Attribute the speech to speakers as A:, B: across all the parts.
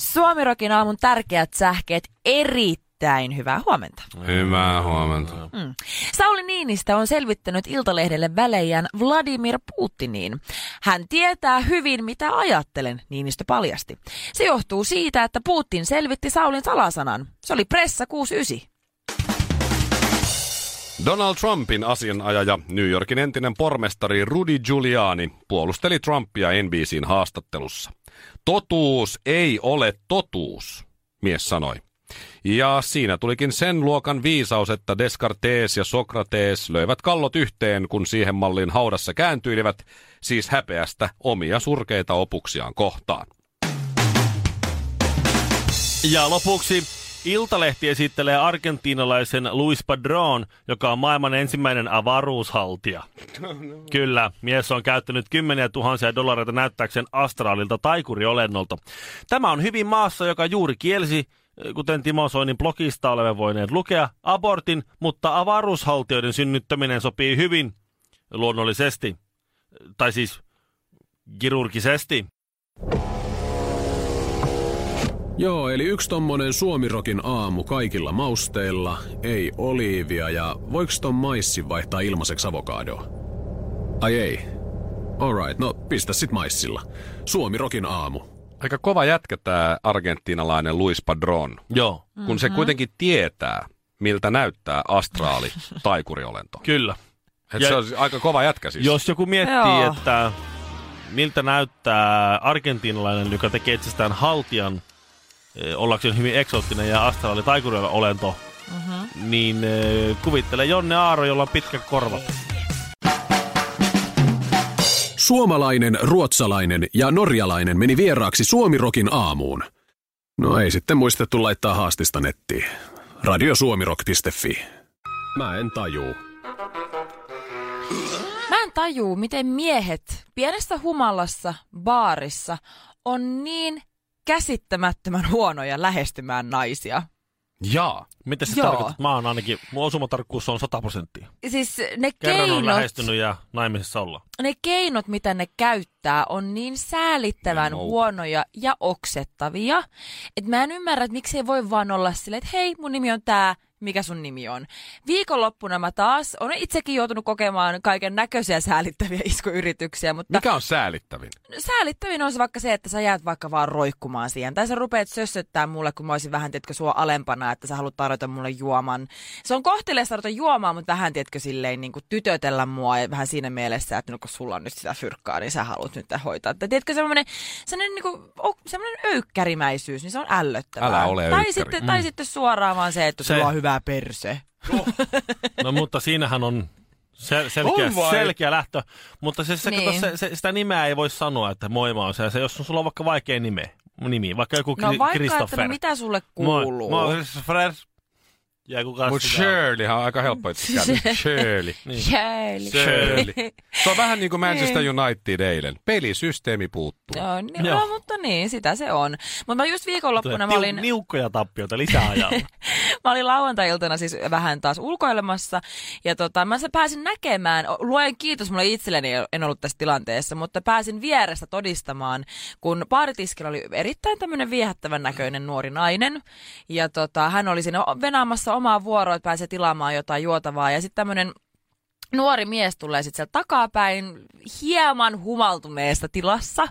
A: Suomirokin aamun tärkeät sähkeet erittäin hyvää huomenta.
B: Hyvää huomenta.
A: Mm. Sauli Niinistä on selvittänyt Iltalehdelle välejään Vladimir Putiniin. Hän tietää hyvin, mitä ajattelen, Niinistö paljasti. Se johtuu siitä, että Putin selvitti Saulin salasanan. Se oli Pressa 69.
B: Donald Trumpin asianajaja, New Yorkin entinen pormestari Rudy Giuliani puolusteli Trumpia NBCin haastattelussa. Totuus ei ole totuus, mies sanoi. Ja siinä tulikin sen luokan viisaus, että Descartes ja Sokrates löivät kallot yhteen, kun siihen mallin haudassa kääntyilivät, siis häpeästä omia surkeita opuksiaan kohtaan.
C: Ja lopuksi Iltalehti esittelee argentiinalaisen Luis Padron, joka on maailman ensimmäinen avaruushaltija. Kyllä, mies on käyttänyt kymmeniä tuhansia dollareita näyttääkseen astraalilta taikuriolennolta. Tämä on hyvin maassa, joka juuri kielsi, kuten Timo Soinin blogista olemme voineet lukea, abortin, mutta avaruushaltijoiden synnyttäminen sopii hyvin, luonnollisesti, tai siis kirurgisesti.
D: Joo, eli yksi tommonen suomirokin aamu kaikilla mausteilla, ei oliivia ja voiks ton maissin vaihtaa ilmaiseksi avokadoa? Ai ei. Alright, no pistä sit maissilla. Suomirokin aamu.
B: Aika kova jätkä tämä argentiinalainen Luis Padron.
C: Joo,
B: kun se kuitenkin tietää, miltä näyttää astraali taikuriolento.
C: kyllä.
B: Et
C: Ja-
B: se on aika kova jätkä siis.
C: Jos joku miettii,
A: Joo.
C: Joo. että miltä näyttää argentinalainen, joka tekee itsestään haltian, eh, ollakseen hyvin eksoottinen ja astraali taikurilla olento,
A: Mhm.
C: mm-hmm. niin eh, kuvittele Jonne Aaro, jolla on pitkät korvat.
D: Suomalainen, ruotsalainen ja norjalainen meni vieraaksi Suomirokin aamuun. No ei sitten muistettu laittaa haastista nettiin. Radiosuomirok.fi Mä en tajuu.
A: Mä en tajuu, miten miehet pienessä humalassa baarissa on niin käsittämättömän huonoja lähestymään naisia.
B: Jaa.
C: Mitä se
A: Joo.
C: tarkoittaa? Mä oon ainakin, mun osumatarkkuus on 100 prosenttia.
A: Siis ne
C: Kerran on
A: keinot,
C: lähestynyt ja naimisissa olla.
A: ne keinot, mitä ne käyttää, on niin säälittävän
B: Ne on
A: huonoja ja oksettavia, että mä en ymmärrä, että miksei voi vaan olla silleen, että hei, mun nimi on tää, mikä sun nimi on. Viikonloppuna mä taas, olen itsekin joutunut kokemaan kaiken näköisiä säälittäviä iskuyrityksiä, mutta
B: Mikä on säälittävin?
A: säälittävin on se vaikka se, että sä jäät vaikka vaan roikkumaan siihen. Tai sä rupeat sössöttää mulle, kun mä olisin vähän, tiedätkö, sua alempana, että sä haluat tarjota mulle juoman. Se on kohteliasta tarjota juomaa, mutta vähän, tiedätkö, silleen niin kuin tytötellä mua ja vähän siinä mielessä, että no, kun sulla on nyt sitä fyrkkaa, niin sä haluat nyt tää hoitaa. Tai tiedätkö, semmoinen, semmoinen, niin kuin, o- semmoinen öykkärimäisyys, niin se on ällöttävää.
B: Älä ole
A: tai
B: öykkäri. Mm.
A: sitten, tai sitten suoraan vaan se, että
C: Se-
A: sulla on hyvä perse.
C: No mutta siinähän on sel- selkeä,
B: On vai?
C: selkeä lähtö. Mutta se, se,
A: Niin.
C: niin. se, se, sitä nimeä ei voi sanoa, että moima on se. se jos sulla on vaikka vaikea nime, nimi vaikka joku
A: No
C: Kri-
A: vaikka, että
C: Christopher.
A: no, mitä sulle
C: Moi-
A: kuuluu?
C: moi, Christopher. Ja kuka
B: Mutta
C: sitä on?
B: Shirleyhän on aika helppo itse käydä. Shirley.
C: Niin.
A: Jääli.
B: Shirley. Se on vähän niin kuin Manchester United eilen. Pelisysteemi puuttuu.
A: Joo, niin,
C: Joo.
A: no, mutta niin, sitä se on. Mutta mä just
C: Tulee
A: viikonloppuna mä
C: tiu-
A: olin,
C: Niukkoja tappioita lisää ajalla.
A: mä olin lauantai-iltana siis vähän taas ulkoilemassa. Ja tota, mä se pääsin näkemään, o- luojan kiitos mulle itselleni, en ollut tässä tilanteessa, mutta pääsin vierestä todistamaan, kun baaritiskillä oli erittäin tämmöinen viehättävän näköinen nuori nainen. Ja tota, hän oli siinä o- venaamassa omaa vuoroa, että pääsee tilaamaan jotain juotavaa. Ja sitten tämmöinen nuori mies tulee sitten sieltä takapäin hieman humaltuneesta tilassa.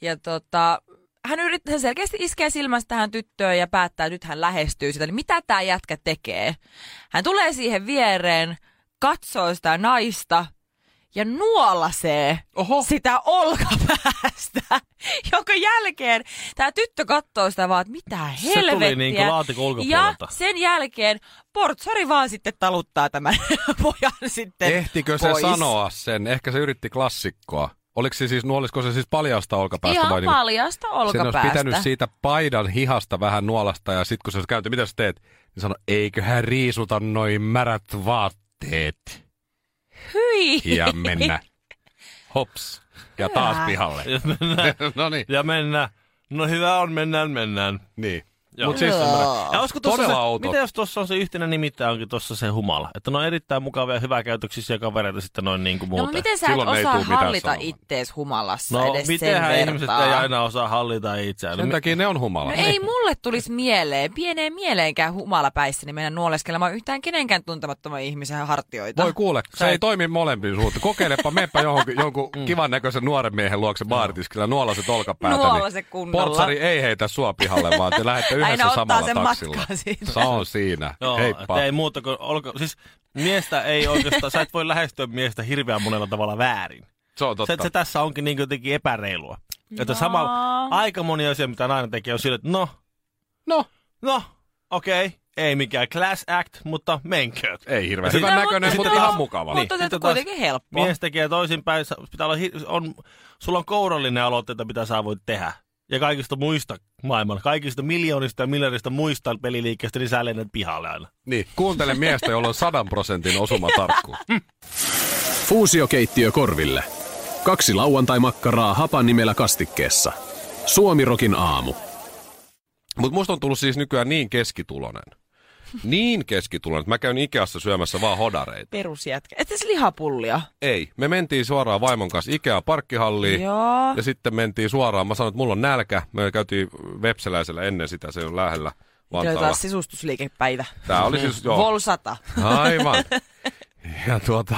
A: Ja tota, hän, yrittää, hän selkeästi iskee silmänsä tähän tyttöön ja päättää, että nyt hän lähestyy sitä. Eli mitä tämä jätkä tekee? Hän tulee siihen viereen, katsoo sitä naista ja nuolasee Oho. sitä olkapäästä, jonka jälkeen tämä tyttö katsoo sitä vaan, että mitä
C: Se tuli
A: helvettiä.
C: niinku laatikon
A: ja
C: ulkopuolelta.
A: sen jälkeen portsari vaan sitten taluttaa tämän pojan sitten
B: Ehtikö se
A: pois.
B: sanoa sen? Ehkä se yritti klassikkoa. Oliko se siis, nuolisko se siis paljasta olkapäästä
A: Ihan
B: vai niinku-
A: paljasta
B: Sen
A: olkapäästä.
B: olisi pitänyt siitä paidan hihasta vähän nuolasta ja sitten kun se olisi käynyt, mitä sä teet? Niin sano, eiköhän riisuta noin märät vaatteet
A: Hyi.
B: ja mennä. Hops. Ja taas
A: Hyvä.
B: pihalle.
C: Ja mennään.
B: no niin,
C: Ja mennään. No hyvä on, mennään, mennään.
B: niin.
C: Joo.
B: Mut siis,
C: Ja olisiko tossa
B: todella
C: se,
B: outo.
C: mitä jos tuossa on se yhtenä nimittäjä onkin tuossa se humala? Että ne on erittäin mukavia ja hyväkäytöksisiä kavereita sitten noin niin kuin
A: No
C: muuten.
A: miten sä et
B: Silloin ei
A: osaa
B: tuu mitään
A: hallita
B: sanomaan.
A: ittees humalassa
C: no
A: edes sen
C: mitenhän ihmiset
A: vertaa?
C: ei aina niin. osaa hallita itseään.
B: Sen
C: No,
B: takia ne on humala. Niin.
A: No ei mulle tulisi mieleen, pieneen mieleenkään humalapäissäni mennä nuoleskelemaan yhtään kenenkään tuntemattoman ihmisen hartioita.
B: Voi kuule, se ei toimi molempiin suuntiin. Kokeilepa, meepä
C: Mm.
B: johonkin, jonkun kivan näköisen nuoren miehen luokse baaritiskillä, nuolaset olkapäätä.
A: Nuolase kunnolla.
B: niin Portsari ei heitä sua pihalle, vaan te lähdette
A: Aina
B: yhdessä
A: ottaa
B: samalla
A: sen
B: taksilla.
A: matkaan siitä.
B: Se on siinä.
C: Joo,
B: Heippa.
C: et ei muuta kuin olko, siis miestä ei oikeastaan, sä et voi lähestyä miestä hirveän monella tavalla väärin.
B: Se on
C: Se,
B: totta.
C: se, tässä onkin niin jotenkin epäreilua. Että sama, aika moni asia, mitä nainen tekee, on sillä, että no,
B: No,
C: no, okei, okay, ei mikään class act, mutta menkööt.
B: ei hirveän
C: Sitten-
B: hyvän näköinen,
C: Sitten
B: mutta
C: taas-
B: ihan mukava.
C: Niin.
A: Mutta niin,
C: sitten taas
A: kuitenkin helppo.
C: Mies tekee toisinpäin, sä- pitää olla, hi- on, sulla on kourallinen aloitteita, mitä sä voit tehdä. Ja kaikista muista maailman, kaikista miljoonista ja miljardista muista peliliikkeistä, niin sä lennät pihalle aina.
B: Niin, kuuntele miestä, jolla on sadan prosentin osumatarkkuus.
C: Mm.
D: Fuusiokeittiö korville. Kaksi lauantai-makkaraa hapan nimellä kastikkeessa. Suomirokin aamu.
B: Mutta musta on tullut siis nykyään niin keskitulonen. Niin keskitulonen, että mä käyn Ikeassa syömässä vaan hodareita.
A: Perusjätkä. Et siis lihapullia.
B: Ei. Me mentiin suoraan vaimon kanssa Ikea parkkihalliin.
A: Joo.
B: Ja sitten mentiin suoraan. Mä sanoin, että mulla on nälkä. Me käytiin Vepseläisellä ennen sitä, se on lähellä
A: Tuli
B: Vantaalla.
A: taas sisustusliikepäivä.
B: Tää oli siis, joo.
A: Volsata.
B: Aivan. Ja tuota,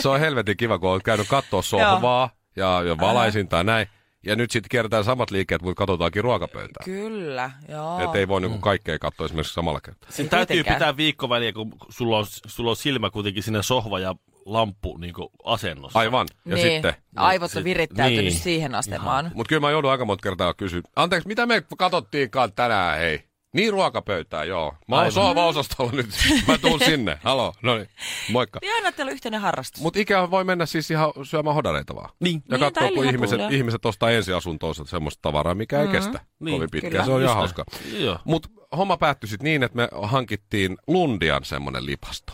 B: se on helvetin kiva, kun olet käynyt katsoa sohvaa ja, ja valaisin tai näin. Ja nyt sitten kierretään samat liikkeet, mutta katsotaankin ruokapöytää.
A: Kyllä, joo.
B: Että ei voi niinku kaikkea katsoa esimerkiksi samalla kertaa.
C: Sen
A: Ei
C: täytyy
A: tietenkään.
C: pitää viikkoväliä, kun sulla on, sulla on silmä kuitenkin siinä sohva ja lamppu niin asennossa.
B: Aivan. Ja
A: niin.
B: sitten...
A: Aivot on
C: sit-
A: virittäytynyt
C: niin.
A: siihen asemaan.
B: Mutta kyllä mä joudun aika monta kertaa kysyä. Anteeksi, mitä me katsottiinkaan tänään, hei? Niin ruokapöytää, joo. Mä oon
C: Aivan.
B: sohvaosastolla nyt. Mä tuun sinne. Halo, no niin. Moikka.
A: Ihan että teillä on yhteinen harrastus.
B: Mutta Ikea voi mennä siis ihan syömään hodareita vaan.
C: Niin.
B: Ja
A: Niin,
B: katsoa,
A: tai
B: kun ihmiset,
A: lihapullia.
B: ihmiset ostaa ensiasuntoonsa semmoista tavaraa, mikä ei
A: Mm-hmm.
B: kestä
C: Niin,
B: kovin pitkään.
A: kyllä.
B: Se on ihan
C: Just
B: hauska.
C: näin. Joo.
B: Mutta homma päättyi sitten niin, että me hankittiin Lundian semmoinen lipasto.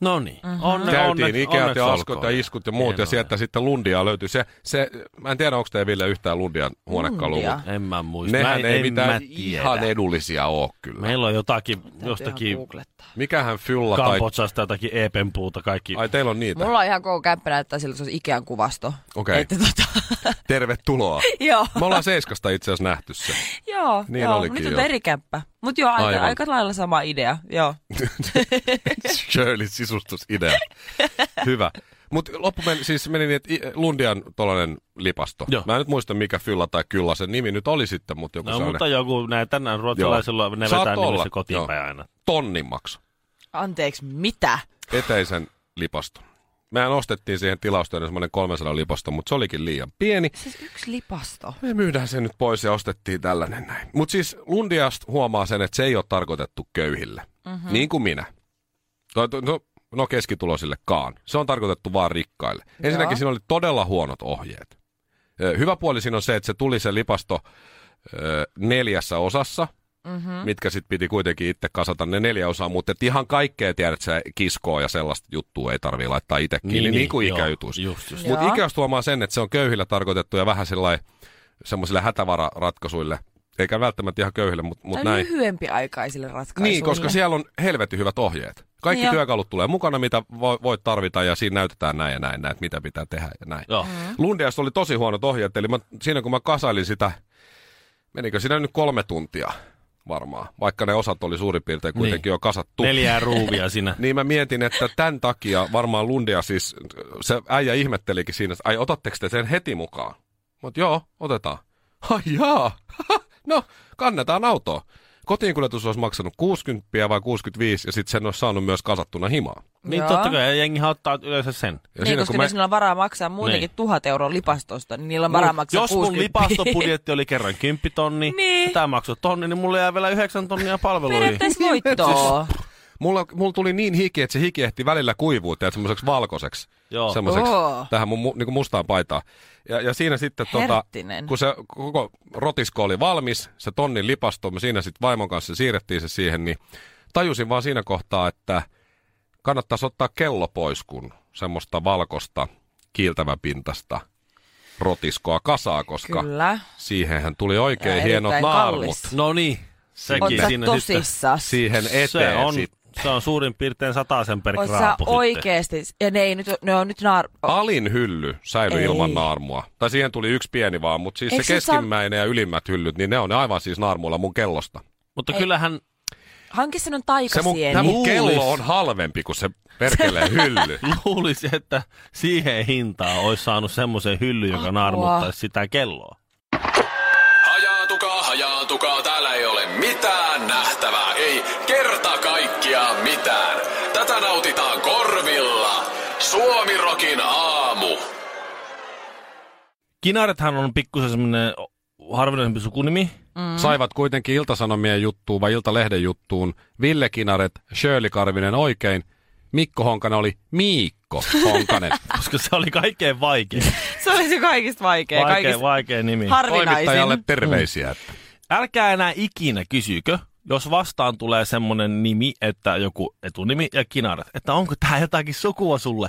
C: No niin.
A: Mhm.
C: Onne,
B: Käytiin
C: onneksi-
B: Ikeat
C: onneksi
B: ja
C: olkoon.
B: askot ja iskut ja muut, ja
C: Hienoa.
B: sieltä sitten Lundiaa löytyi. Se, se, mä en tiedä, onko teillä Ville yhtään Lundian huonekalua,
A: Lundia.
B: mut
C: En mä muista.
B: Nehän
C: mä,
B: ei
C: en mä
B: mitään
C: tiedä.
B: ihan edullisia ole kyllä.
C: Meillä on jotakin
A: Ihan
C: jostakin
A: googlettaa.
B: Mikähän fylla tai...
C: Kampotsasta jotakin epen puuta kaikki.
B: Ai teillä on niitä.
A: Mulla on ihan koko kämppänä, että sillä se olisi Ikean kuvasto.
B: Okei.
A: Että tota,
B: Tervetuloa.
A: joo.
B: Me ollaan Seiskasta itse asiassa nähty se.
A: Joo,
B: Niin
A: joo.
B: olikin,
A: Nyt
B: joo.
A: on eri kämppä. Mut joo, aika,
B: Aivan.
A: aika lailla sama idea, joo.
B: Shirley sisustusidea. Hyvä. Mutta loppu meni, siis meni niin, että I- Lundian tollanen lipasto.
C: Joo.
B: Mä en nyt muista mikä fylla tai kyllä sen nimi nyt oli sitten, mutta joku
C: No
B: no, sellainen
C: mutta
B: mutta...
C: joku näin tänään ruotsalaisilla ne
B: Saat
C: vetää
B: olla,
C: nimessä kotiin
B: joo.
C: päin aina.
B: tonnin maksu.
A: Anteeksi, mitä?
B: Eteisen lipasto. Mehän ostettiin siihen tilaustyönä semmoinen 300 lipasto, mutta se olikin liian pieni.
A: Siis yksi lipasto.
B: Me myydään se nyt pois ja ostettiin tällainen näin. Mutta siis Lundiast huomaa sen, että se ei ole tarkoitettu köyhille. Mm-hmm. Niin kuin minä. No, no, no keskituloisillekaan. Se on tarkoitettu vaan rikkaille. Joo. Ensinnäkin siinä oli todella huonot ohjeet. Ö, Hyvä puoli siinä on se, että se tuli se lipasto ö, neljässä osassa, mm-hmm. mitkä sitten piti kuitenkin itse kasata ne neljä osaa, mutta et ihan kaikkea tiedät, sä kiskoa ja sellaista juttua ei tarvii laittaa itse kiinni, niin, niin kuin
C: joo,
B: ikäjutuissa.
C: Just, just.
B: Mutta
A: Joo.
B: Ikeasta huomaa sen, että se on köyhillä tarkoitettu ja vähän sellainen semmoisille hätävararatkaisuille. Eikä välttämättä ihan köyhille, mutta mut
A: Tai
B: näin.
A: lyhyempiaikaisille ratkaisuille.
B: Niin, koska siellä on helvetin hyvät ohjeet. Kaikki
A: Joo.
B: työkalut tulee mukana, mitä vo- voit tarvita ja siinä näytetään näin ja näin, näin, että mitä pitää tehdä ja näin.
C: Joo.
A: Mm.
B: Lundiasta oli tosi huonot ohjeet, eli mä, siinä kun mä kasailin sitä, menikö siinä nyt kolme tuntia varmaan, vaikka ne osat oli suurin piirtein kuitenkin
C: Niin.
B: jo kasattu.
C: Neljää ruuvia sinä.
B: Niin mä mietin, että tämän takia varmaan Lundia siis, se äijä ihmettelikin siinä, että ai otatteko te sen heti mukaan? Mutta joo, otetaan. Ai jaa, no kannetaan autoa. Kotiin kuljetus olisi maksanut 60 vai 65 ja sitten sen olisi saanut myös kasattuna himaa.
C: Niin
A: Joo.
C: totta kai, ja jengi ottaa yleensä sen.
B: Ja
A: niin, koska
B: kun mä-
A: jos niillä on varaa maksaa muutenkin
C: Niin.
A: tuhat euroa lipastosta, niin niillä on varaa maksaa
C: Jos mun
A: 60.
C: lipastobudjetti oli kerran 10 tonni,
A: Niin.
C: tämä maksoi tonni, niin mulle jää vielä 9 tonnia palveluihin.
A: Periaatteessa voittoa.
B: Mulla, mulla tuli niin hiki, että se hiki ehti välillä kuivuuteen semmoiseksi valkoiseksi.
C: Joo.
B: Semmoiseksi
A: Oo.
B: tähän mun mu- niin mustaan paitaan. Ja, ja siinä sitten tota,
A: Herttinen.
B: kun se koko rotisko oli valmis, se tonnin lipastuma, siinä sitten vaimon kanssa siirrettiin se siihen, niin tajusin vaan siinä kohtaa, että kannattaisi ottaa kello pois, kun semmoista valkosta kiiltäväpintasta rotiskoa kasaa, koska
A: Kyllä.
B: siihenhän tuli oikein
A: Ja
B: hienot
A: erittäin
B: naarmut
A: kallis.
C: No niin,
A: Oot
C: sekin
A: sä
C: siinä sitten.
A: tosissas.
B: siihen eteen
C: Se on,
B: sit.
C: se on suurin piirtein sen per
A: Oot sä
C: kraapu sitten.
A: oikeesti. Ja ne ei nyt, ne on nyt naar...
B: Alin hylly säilyi
A: Ei.
B: ilman naarmua. Tai siihen tuli yksi pieni vaan, mutta siis
A: Eikö
B: se
A: se saa-
B: keskimmäinen ja ylimmät hyllyt, niin ne on ne aivan siis naarmuilla mun kellosta.
C: Mutta kyllähän
A: Hankin sen on niin
B: Se mun,
A: taikasieni.
B: tää mun
C: Luulis.
B: kello on halvempi kuin se perkeleen hylly.
C: luulisi, että siihen hintaan olisi saanut semmoisen hyllyn, joka
A: Apua.
C: naarmuttaisi sitä kelloa.
E: Hajaatukaa, hajaatukaa, täällä ei ole mitään nähtävää, ei kerta kaikkiaan mitään. Tätä nautitaan korvilla. Suomirokin aamu.
C: Kinarethan on pikkusen semmoinen harvinaisempi sukunimi.
A: Mm.
B: Saivat kuitenkin iltasanomien juttuun vai iltalehden juttuun Ville Kinaret, Shirley Karvinen oikein. Mikko Honkanen oli Miikko Honkanen.
C: Koska se oli kaikkein vaikein.
A: Se oli se kaikista vaikea.
C: Vaikea, niin.
A: kaikista
C: vaikea nimi.
B: Toimittajalle
A: harvinaisin. Mm.
B: terveisiä. että
C: Älkää enää ikinä kysykö, jos vastaan tulee semmonen nimi, että joku etunimi ja kinaret, että onko tää jotakin sukua sulle?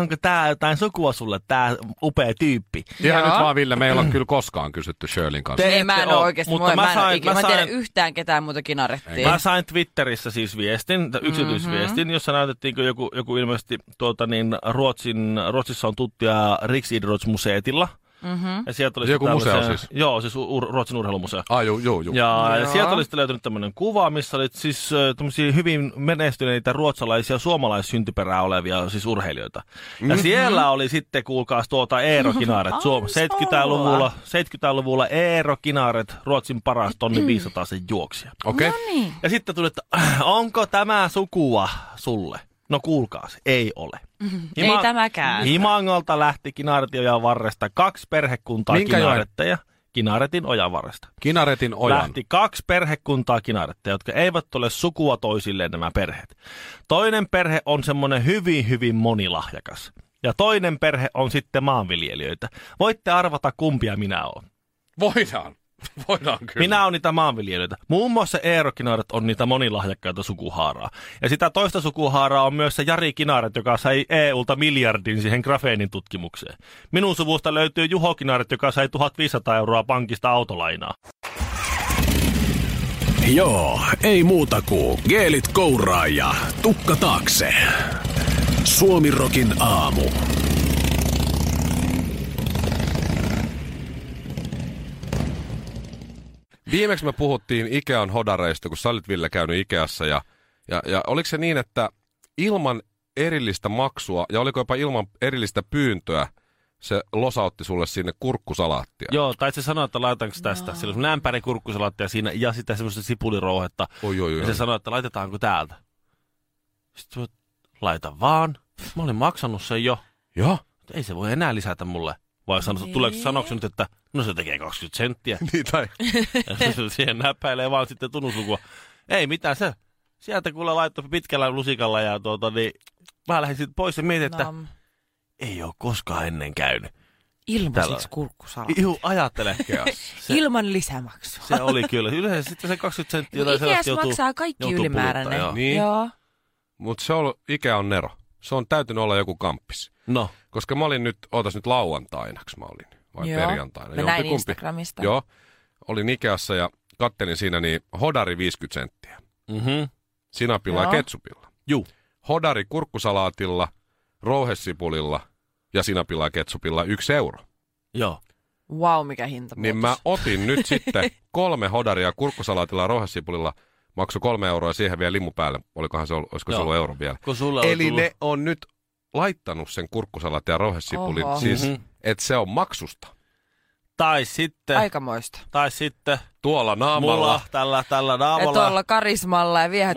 C: Onko tää jotain sukua sulle, tää upea tyyppi?
B: Ihan
A: Joo.
B: nyt vaan Ville, me ei olla kyllä koskaan kysytty Shirleyn kanssa.
C: Te
A: Ei,
C: ette
A: Niin, mä en
C: oo,
A: ole oikeesti.
C: mutta
A: Mutta
C: mä
A: mä, en oo
C: sain-
A: ikinä- mä
C: mä
A: en tiedä
C: sain-
A: yhtään ketään muuta kinarettiin.
C: Mä sain Twitterissä siis viestin, t- yksityisviestin,
A: Mhm.
C: mm-hmm. jossa näytettiin, kun joku, joku ilmeisesti tuota, niin, Ruotsin, Ruotsissa on tuttuja Riksidrottsmuseetilla.
A: Mhm.
C: Mm-hmm. Ja sieltä oli
B: Se joku
C: sitten
B: museo
C: tällaisen-
B: siis?
C: Joo, siis u- ur- Ruotsin urheilumuseo.
B: Ah, juu, juu, juu.
C: Ja, ja
A: Joo.
C: sieltä oli sitten löytynyt tämmöinen kuva, missä oli siis äh, tämmöisiä hyvin menestyneitä ruotsalaisia suomalaissyntyperää olevia siis urheilijoita. Ja
B: Mhm.
C: siellä oli sitten, kuulkaas tuota Eero Kinaaret, Suom-
A: Ai,
C: 70-luvulla, 70-luvulla Eero Kinaaret, Ruotsin paras tonni 500 sen juoksija.
B: Okei. Okay.
A: Niin.
C: Ja sitten tuli, että äh, onko tämä sukua sulle? No kuulkaas, ei ole.
A: Mm-hmm. Ei tämäkään.
C: Himangolta lähti Kinaaretin ojan varresta kaksi perhekuntaa
B: Minkä joen?
C: kinaaretteja. Kinaaretin ojan varresta.
B: Kinaretin ojan.
C: Lähti kaksi perhekuntaa kinaretteja, jotka eivät ole sukua toisilleen nämä perheet. Toinen perhe on semmoinen hyvin, hyvin monilahjakas. Ja toinen perhe on sitten maanviljelijöitä. Voitte arvata, kumpia minä olen.
B: Voidaan. Voidaan kyllä.
C: Minä olen niitä maanviljelijöitä. Muun muassa Eero Kinaret on niitä monilahjakkaita sukuhaaraa. Ja sitä toista sukuhaaraa on myös se Jari Kinaret, joka sai EUlta miljardin siihen grafeenin tutkimukseen. Minun suvusta löytyy Juho Kinaret, joka sai 1500 euroa pankista autolainaa.
D: Joo, ei muuta kuin geelit kouraa ja tukka taakse. Suomirokin aamu.
B: Viimeksi me puhuttiin Ikean hodareista, kun sä olit Ville käynyt Ikeassa. Ja, ja, ja oliko se niin, että ilman erillistä maksua ja oliko jopa ilman erillistä pyyntöä se losautti sulle sinne kurkkusalaattia?
C: Joo, tai se sanoi, että laitanko tästä. No. Sillä on lämpäri kurkkusalaattia siinä ja sitä semmoista sipulirouhetta.
B: Oi, oi,
C: Ja
B: oi.
C: se sanoi, että laitetaanko täältä. Sitten mä, laita vaan. Mä olin maksanut sen jo.
B: Joo.
C: Ei se voi enää lisätä mulle. Vai sanoa, tuleeko sanoksi nyt, että no se tekee 20 senttiä.
B: Niin, tai
C: Ja se siihen näppäilee vaan sitten tunnuslukua. Ei mitään se. Sieltä kuule laittoi pitkällä lusikalla ja tuota niin... Mä lähdin sitten pois ja mietin, että
A: Nam.
C: ei ole koskaan ennen käynyt. Tällä-
A: Ilmaisiksi kurkkusala.
C: Juu, ajattele. Se-
A: Ilman lisämaksua.
C: Se oli kyllä. Yleensä sitten se 20 senttiä
A: No
C: jotain
A: Ikeas
C: sellaista joutuu...
A: maksaa kaikki
C: joutuu
A: ylimääräinen.
C: puluttaa, joo.
B: Niin.
A: Joo.
B: mutta se on ollut, Ikea on nero. Se on täytynyt olla joku kamppis.
C: No,
B: Koska mä olin nyt, ootas nyt lauantainaks mä olin, vai
A: Joo.
B: perjantaina.
A: Mä
B: jompi
A: näin
B: kumpi.
A: Instagramista.
B: Joo, olin Ikeassa ja kattelin siinä niin hodari 50 senttiä.
C: mhm.
B: sinapilla ja
A: Joo.
B: ketsupilla.
C: Juu.
B: Hodari kurkkusalaatilla, rouhesipulilla ja sinapilla ja ketsupilla yksi euro.
C: Joo.
A: Wow, mikä hinta
B: Niin mä otin nyt sitten kolme hodaria kurkkusalaatilla ja rouhesipulilla, maksu kolme euroa ja siihen vielä limu päälle. Olikohan se ollut, olisiko se
C: Joo.
B: ollut euro vielä.
C: Kun sulla
B: Eli
C: on tullut...
B: ne on nyt laittanut sen kurkkusalaat ja rouhesipulin,
A: Oho.
B: siis
C: Mhm.
B: että se on maksusta.
C: Tai sitten,
A: Aikamoista.
C: tai sitten
B: Tuolla naamalla.
C: mulla tällä, tällä
A: Ja
C: naamalla.
A: tuolla karismalla ja
C: Mulla oli vähän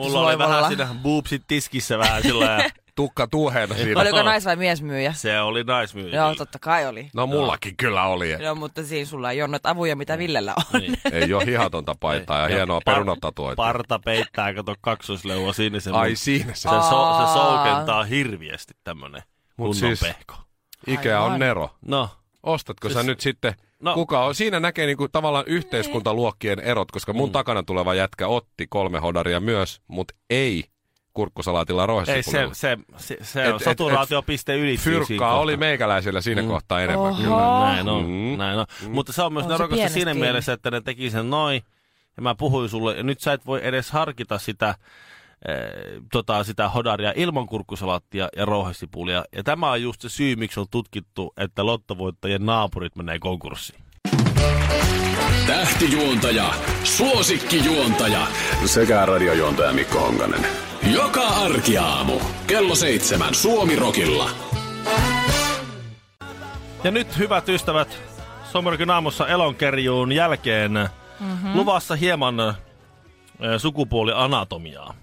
A: viehätysvoimalla.
C: siinä boobsit tiskissä vähän sillä ja
B: tukka tuuheena siinä.
A: Oliko nais- vai miesmyyjä?
C: Se oli naismyyjä.
A: Joo, totta kai oli.
B: No mullakin kyllä oli.
A: No, mutta siinä sulla ei ole noita avuja,
B: Mm.
A: mitä Villellä on. Niin.
B: Ei ole hihatonta paitaa ja
C: Joo.
B: hienoa
C: Par-
B: perunatatuointia.
C: Parta peittää, kato kaksoisleua sinne niin se.
B: Ai
C: mun-
B: siinä
C: se,
B: se.
C: so,
A: Aa.
C: se soukentaa hirviästi tämmönen kunnon
B: siis-
C: siis... pehko.
B: Ikea on
A: Aivan.
B: Nero.
C: No,
B: Ostatko sä
C: Siis-
B: nyt sitten, no.
C: No.
B: kuka on, siinä näkee niinku tavallaan yhteiskuntaluokkien erot, koska mun mm. takana tuleva jätkä otti kolme hodaria myös, mutta ei kurkkusalaatilla
C: ei se,
B: rohesipulla.
C: se, se, se
B: Et-
C: on
B: et-
C: saturaatiopiste yli.
B: Fyrkkaa oli meikäläisillä siinä mm. kohtaa enemmän.
A: Oho.
B: Kyllä.
C: Niin, Näin on,
B: Mm.
C: mm. näin on. Mm. Mutta se on myös
A: On se
C: nerokasta
A: pienestä
C: siinä
A: kiinni.
C: mielessä, että ne teki sen noin, ja mä puhuin sulle, ja nyt sä et voi edes harkita sitä, eh, tota, sitä hodaria ilman kurkkusalaattia ja rouhesipulia. Ja tämä on just se syy, miksi on tutkittu, että lottovoittajien naapurit menee konkurssiin.
E: Tähtijuontaja, suosikkijuontaja sekä radiojuontaja Mikko Honkanen. Joka arkiaamu kello seitsemän Suomi Rokilla.
C: Ja nyt, hyvät ystävät, Suomirokin aamussa elonkerjuun jälkeen mm-hmm.
A: Mhm.
C: luvassa hieman eh, sukupuolianatomiaa.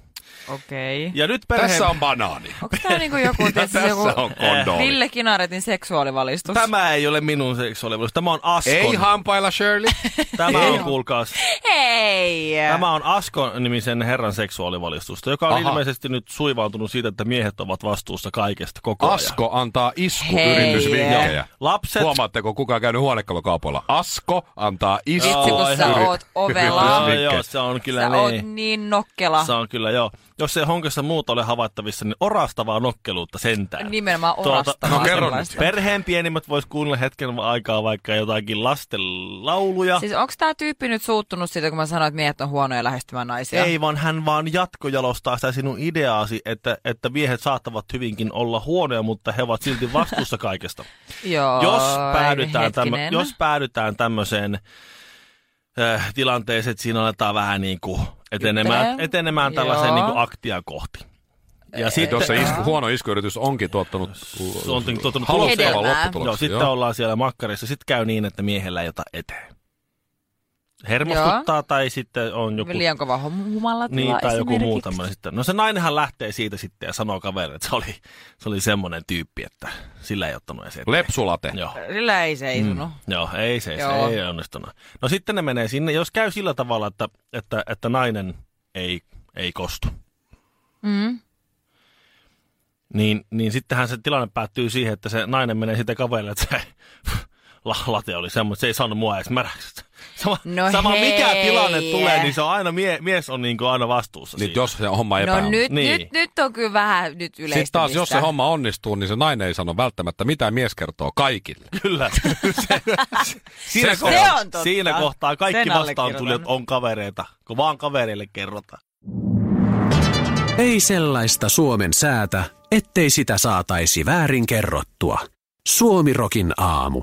A: Okei. Okay.
C: Ja nyt perhe...
B: Tässä on banaani.
A: Onko tämä niinku joku, tietysti,
B: No, Tässä
A: joku
B: on kondomi.
A: Ville Kinaretin seksuaalivalistus?
C: Tämä ei ole minun seksuaalivalistus. Tämä on Askon.
B: Ei hampailla Shirley.
C: Tämä
B: Ei.
C: on, kuulkaas,
A: Hei!
C: Tämä on Asko-nimisen herran seksuaalivalistusta, joka on
B: Aha.
C: Aha. ilmeisesti nyt suivaantunut siitä, että miehet ovat vastuussa kaikesta koko ajan.
B: Asko antaa
A: Hei.
B: iskuyritysvinkkejä.
C: Lapset,
B: Huomaatteko, kuka on käynyt huonekalukaupoilla? Asko antaa
A: Vitsi, kun sä
B: iskuyritysvinkkejä.
A: oot ovela.
C: joo,
B: Vinkkejä.
C: joo, se on kyllä
A: Sä oot
C: niin.
A: niin nokkela.
C: Se on kyllä, joo. Jos ei honkassa muuta ole havaittavissa, niin orastavaa nokkeluutta sentään.
A: Nimenomaan
C: Tuota,
A: orastavaa
B: no kerro
A: sellaista.
C: Perheen pienimmät vois kuunnella hetken aikaa vaikka jotakin lasten lauluja.
A: Siis onko tämä tyyppi nyt suuttunut siitä, kun mä sanoin, että miehet on huonoja lähestymään naisia?
C: Ei, vaan hän vaan jatkojalostaa sitä sinun ideaasi, että, että miehet saattavat hyvinkin olla huonoja, mutta he ovat silti vastuussa kaikesta.
A: Joo,
C: jos päädytään, tämmö,
A: hetkinen.
C: jos päädytään tämmöiseen äh, tilanteeseen, että siinä aletaan vähän niin kuin etenemään,
A: Juttelee.
C: etenemään tällaiseen niin
A: Joo.
C: kuin aktia kohti. Ja sitten
B: Jos se isku, huono iskuyritys onkin tuottanut
C: se on tuottanut tuloksia.
B: haluttavan
A: Hedelmää.
B: lopputuloksen.
C: Joo, sitten ollaan siellä makkarissa. Sitten käy niin, että miehellä ei ota eteen. Hermostuttaa tai sitten on joku...
A: Liian kova hum- humalatila
C: Niin, tai joku muu
A: esimerkiksi.
C: tämmöinen sitten. No se nainenhan lähtee siitä sitten ja sanoo kaverille, että se oli, se oli semmoinen tyyppi, että sillä ei ottanut edes eteen.
B: Lepsulate.
C: Joo.
A: Sillä ei seisonut. Mm.
C: Joo, ei se,
A: Joo.
C: se ei onnistunut. No sitten ne menee sinne, jos käy sillä tavalla, että, että, että nainen ei, ei kostu,
A: Mm.
C: niin, niin sittenhän se tilanne päättyy siihen, että se nainen menee sitten kaverille, että se la- late oli semmoinen, että se ei saanut mua edes märäksi. Sama,
A: No
C: sama mikä
A: hei.
C: tilanne tulee, niin se on aina, mie, mies on niin kuin aina vastuussa
B: Niin
C: siitä.
B: jos se homma
A: No
B: epää.
A: nyt,
C: Niin.
A: nyt, nyt on kyllä vähän nyt yleistymistä.
B: Sitten taas, jos se homma onnistuu, niin se nainen ei sano välttämättä, mitä mies kertoo kaikille.
C: Kyllä. Se-
B: Se
C: kohtaa-
A: on totta.
C: siinä kohtaa kaikki
A: Sen
C: vastaan tulijat
A: allekirjoitan.
C: on kavereita, kun vaan kavereille kerrotaan.
D: Ei sellaista Suomen säätä, ettei sitä saataisi väärin kerrottua. Suomirokin aamu.